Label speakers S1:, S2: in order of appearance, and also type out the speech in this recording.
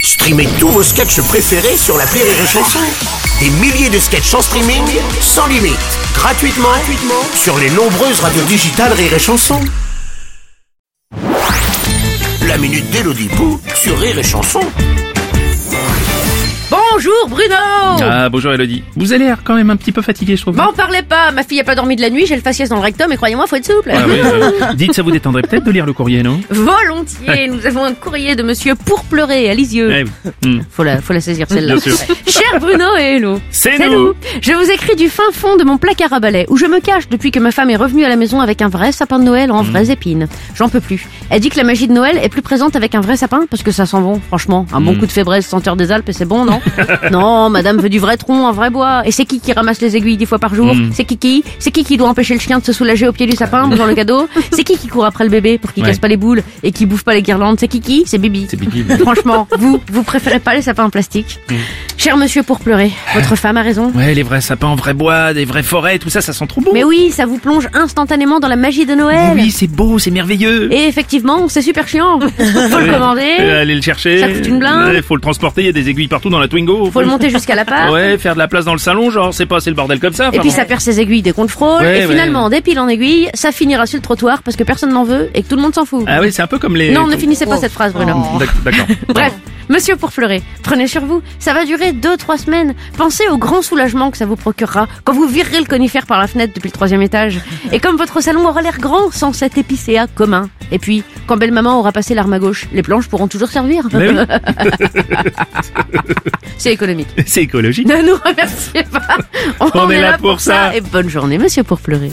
S1: Streamez tous vos sketchs préférés sur la Rire et Chanson. Des milliers de sketchs en streaming, sans limite, gratuitement, gratuitement sur les nombreuses radios digitales Rire et Chanson. La minute d'Elodie Pou sur Rire et Chanson.
S2: Bonjour Bruno
S3: Ah, bonjour Elodie. Vous avez l'air quand même un petit peu fatigué, je trouve.
S2: M'en parlez pas, ma fille a pas dormi de la nuit, j'ai le faciès dans le rectum et croyez-moi, faut être souple.
S3: Ah, ouais, ouais. Dites, ça vous détendrait peut-être de lire le courrier, non
S2: Volontiers, nous avons un courrier de monsieur pour pleurer à Lisieux.
S3: Eh, hmm,
S2: Faut la, faut la saisir celle-là.
S3: Bien sûr.
S2: Cher Bruno et Hello.
S3: C'est
S2: C'est
S3: nous.
S2: nous. Je vous écris du fin fond de mon placard à balai, où je me cache depuis que ma femme est revenue à la maison avec un vrai sapin de Noël
S3: Mm.
S2: en vraies épines. J'en peux plus. Elle dit que la magie de Noël est plus présente avec un vrai sapin, parce que ça sent bon, franchement. Un
S3: Mm.
S2: bon coup de fébraise, senteur des Alpes, et c'est bon, non Non, madame veut du vrai tronc, un vrai bois. Et c'est qui qui ramasse les aiguilles dix fois par
S3: Mm.
S2: jour C'est qui qui C'est qui qui doit empêcher le chien de se soulager au pied du sapin en mangeant le cadeau C'est qui qui court après le bébé pour qu'il
S3: Ouais.
S2: casse pas les boules et qui bouffe pas les guirlandes C'est qui qui C'est Bibi.
S3: C'est Bibi, ouais.
S2: Franchement, vous, vous préférez pas les sapins en plastique
S3: Mm.
S2: Cher monsieur pour pleurer, votre femme a raison.
S3: Ouais, les vrais sapins en vrai bois, des vraies forêts, tout ça, ça sent trop bon.
S2: Mais oui, ça vous plonge instantanément dans la magie de Noël.
S3: Oui, c'est beau, c'est merveilleux.
S2: Et effectivement, c'est super chiant. Faut le
S3: Ouais. Euh,
S2: commander,
S3: allez le chercher.
S2: Ça coûte une blinde.
S3: Ouais, faut le transporter, il y a des aiguilles partout dans la Twingo.
S2: faut le monter jusqu'à la part.
S3: Ouais, faire de la place dans le salon, genre, c'est pas assez le bordel comme ça.
S2: Et
S3: enfin,
S2: puis
S3: bon.
S2: ça perd ses aiguilles dès qu'on le frôle.
S3: Ouais,
S2: et
S3: ouais.
S2: finalement, des piles en aiguille, ça finira sur le trottoir parce que personne n'en veut et que tout le monde s'en fout.
S3: Ah oui, c'est un peu comme les.
S2: non, ne finissez pas cette phrase, Bruno.
S3: D'ac- D'accord.
S2: Bref, monsieur pour pleurer, prenez sur vous. Ça va durer deux, trois semaines. Pensez au grand soulagement que ça vous procurera quand vous virerez le conifère par la fenêtre depuis le troisième étage. Et comme votre salon aura l'air grand sans cet épicéa commun. Et puis, quand belle-maman aura passé l'arme à gauche, les planches pourront toujours servir.
S3: Mais oui,
S2: C'est économique.
S3: c'est écologique.
S2: Ne nous remerciez pas.
S3: On est là pour ça.
S2: Et bonne journée, monsieur pour pleurer.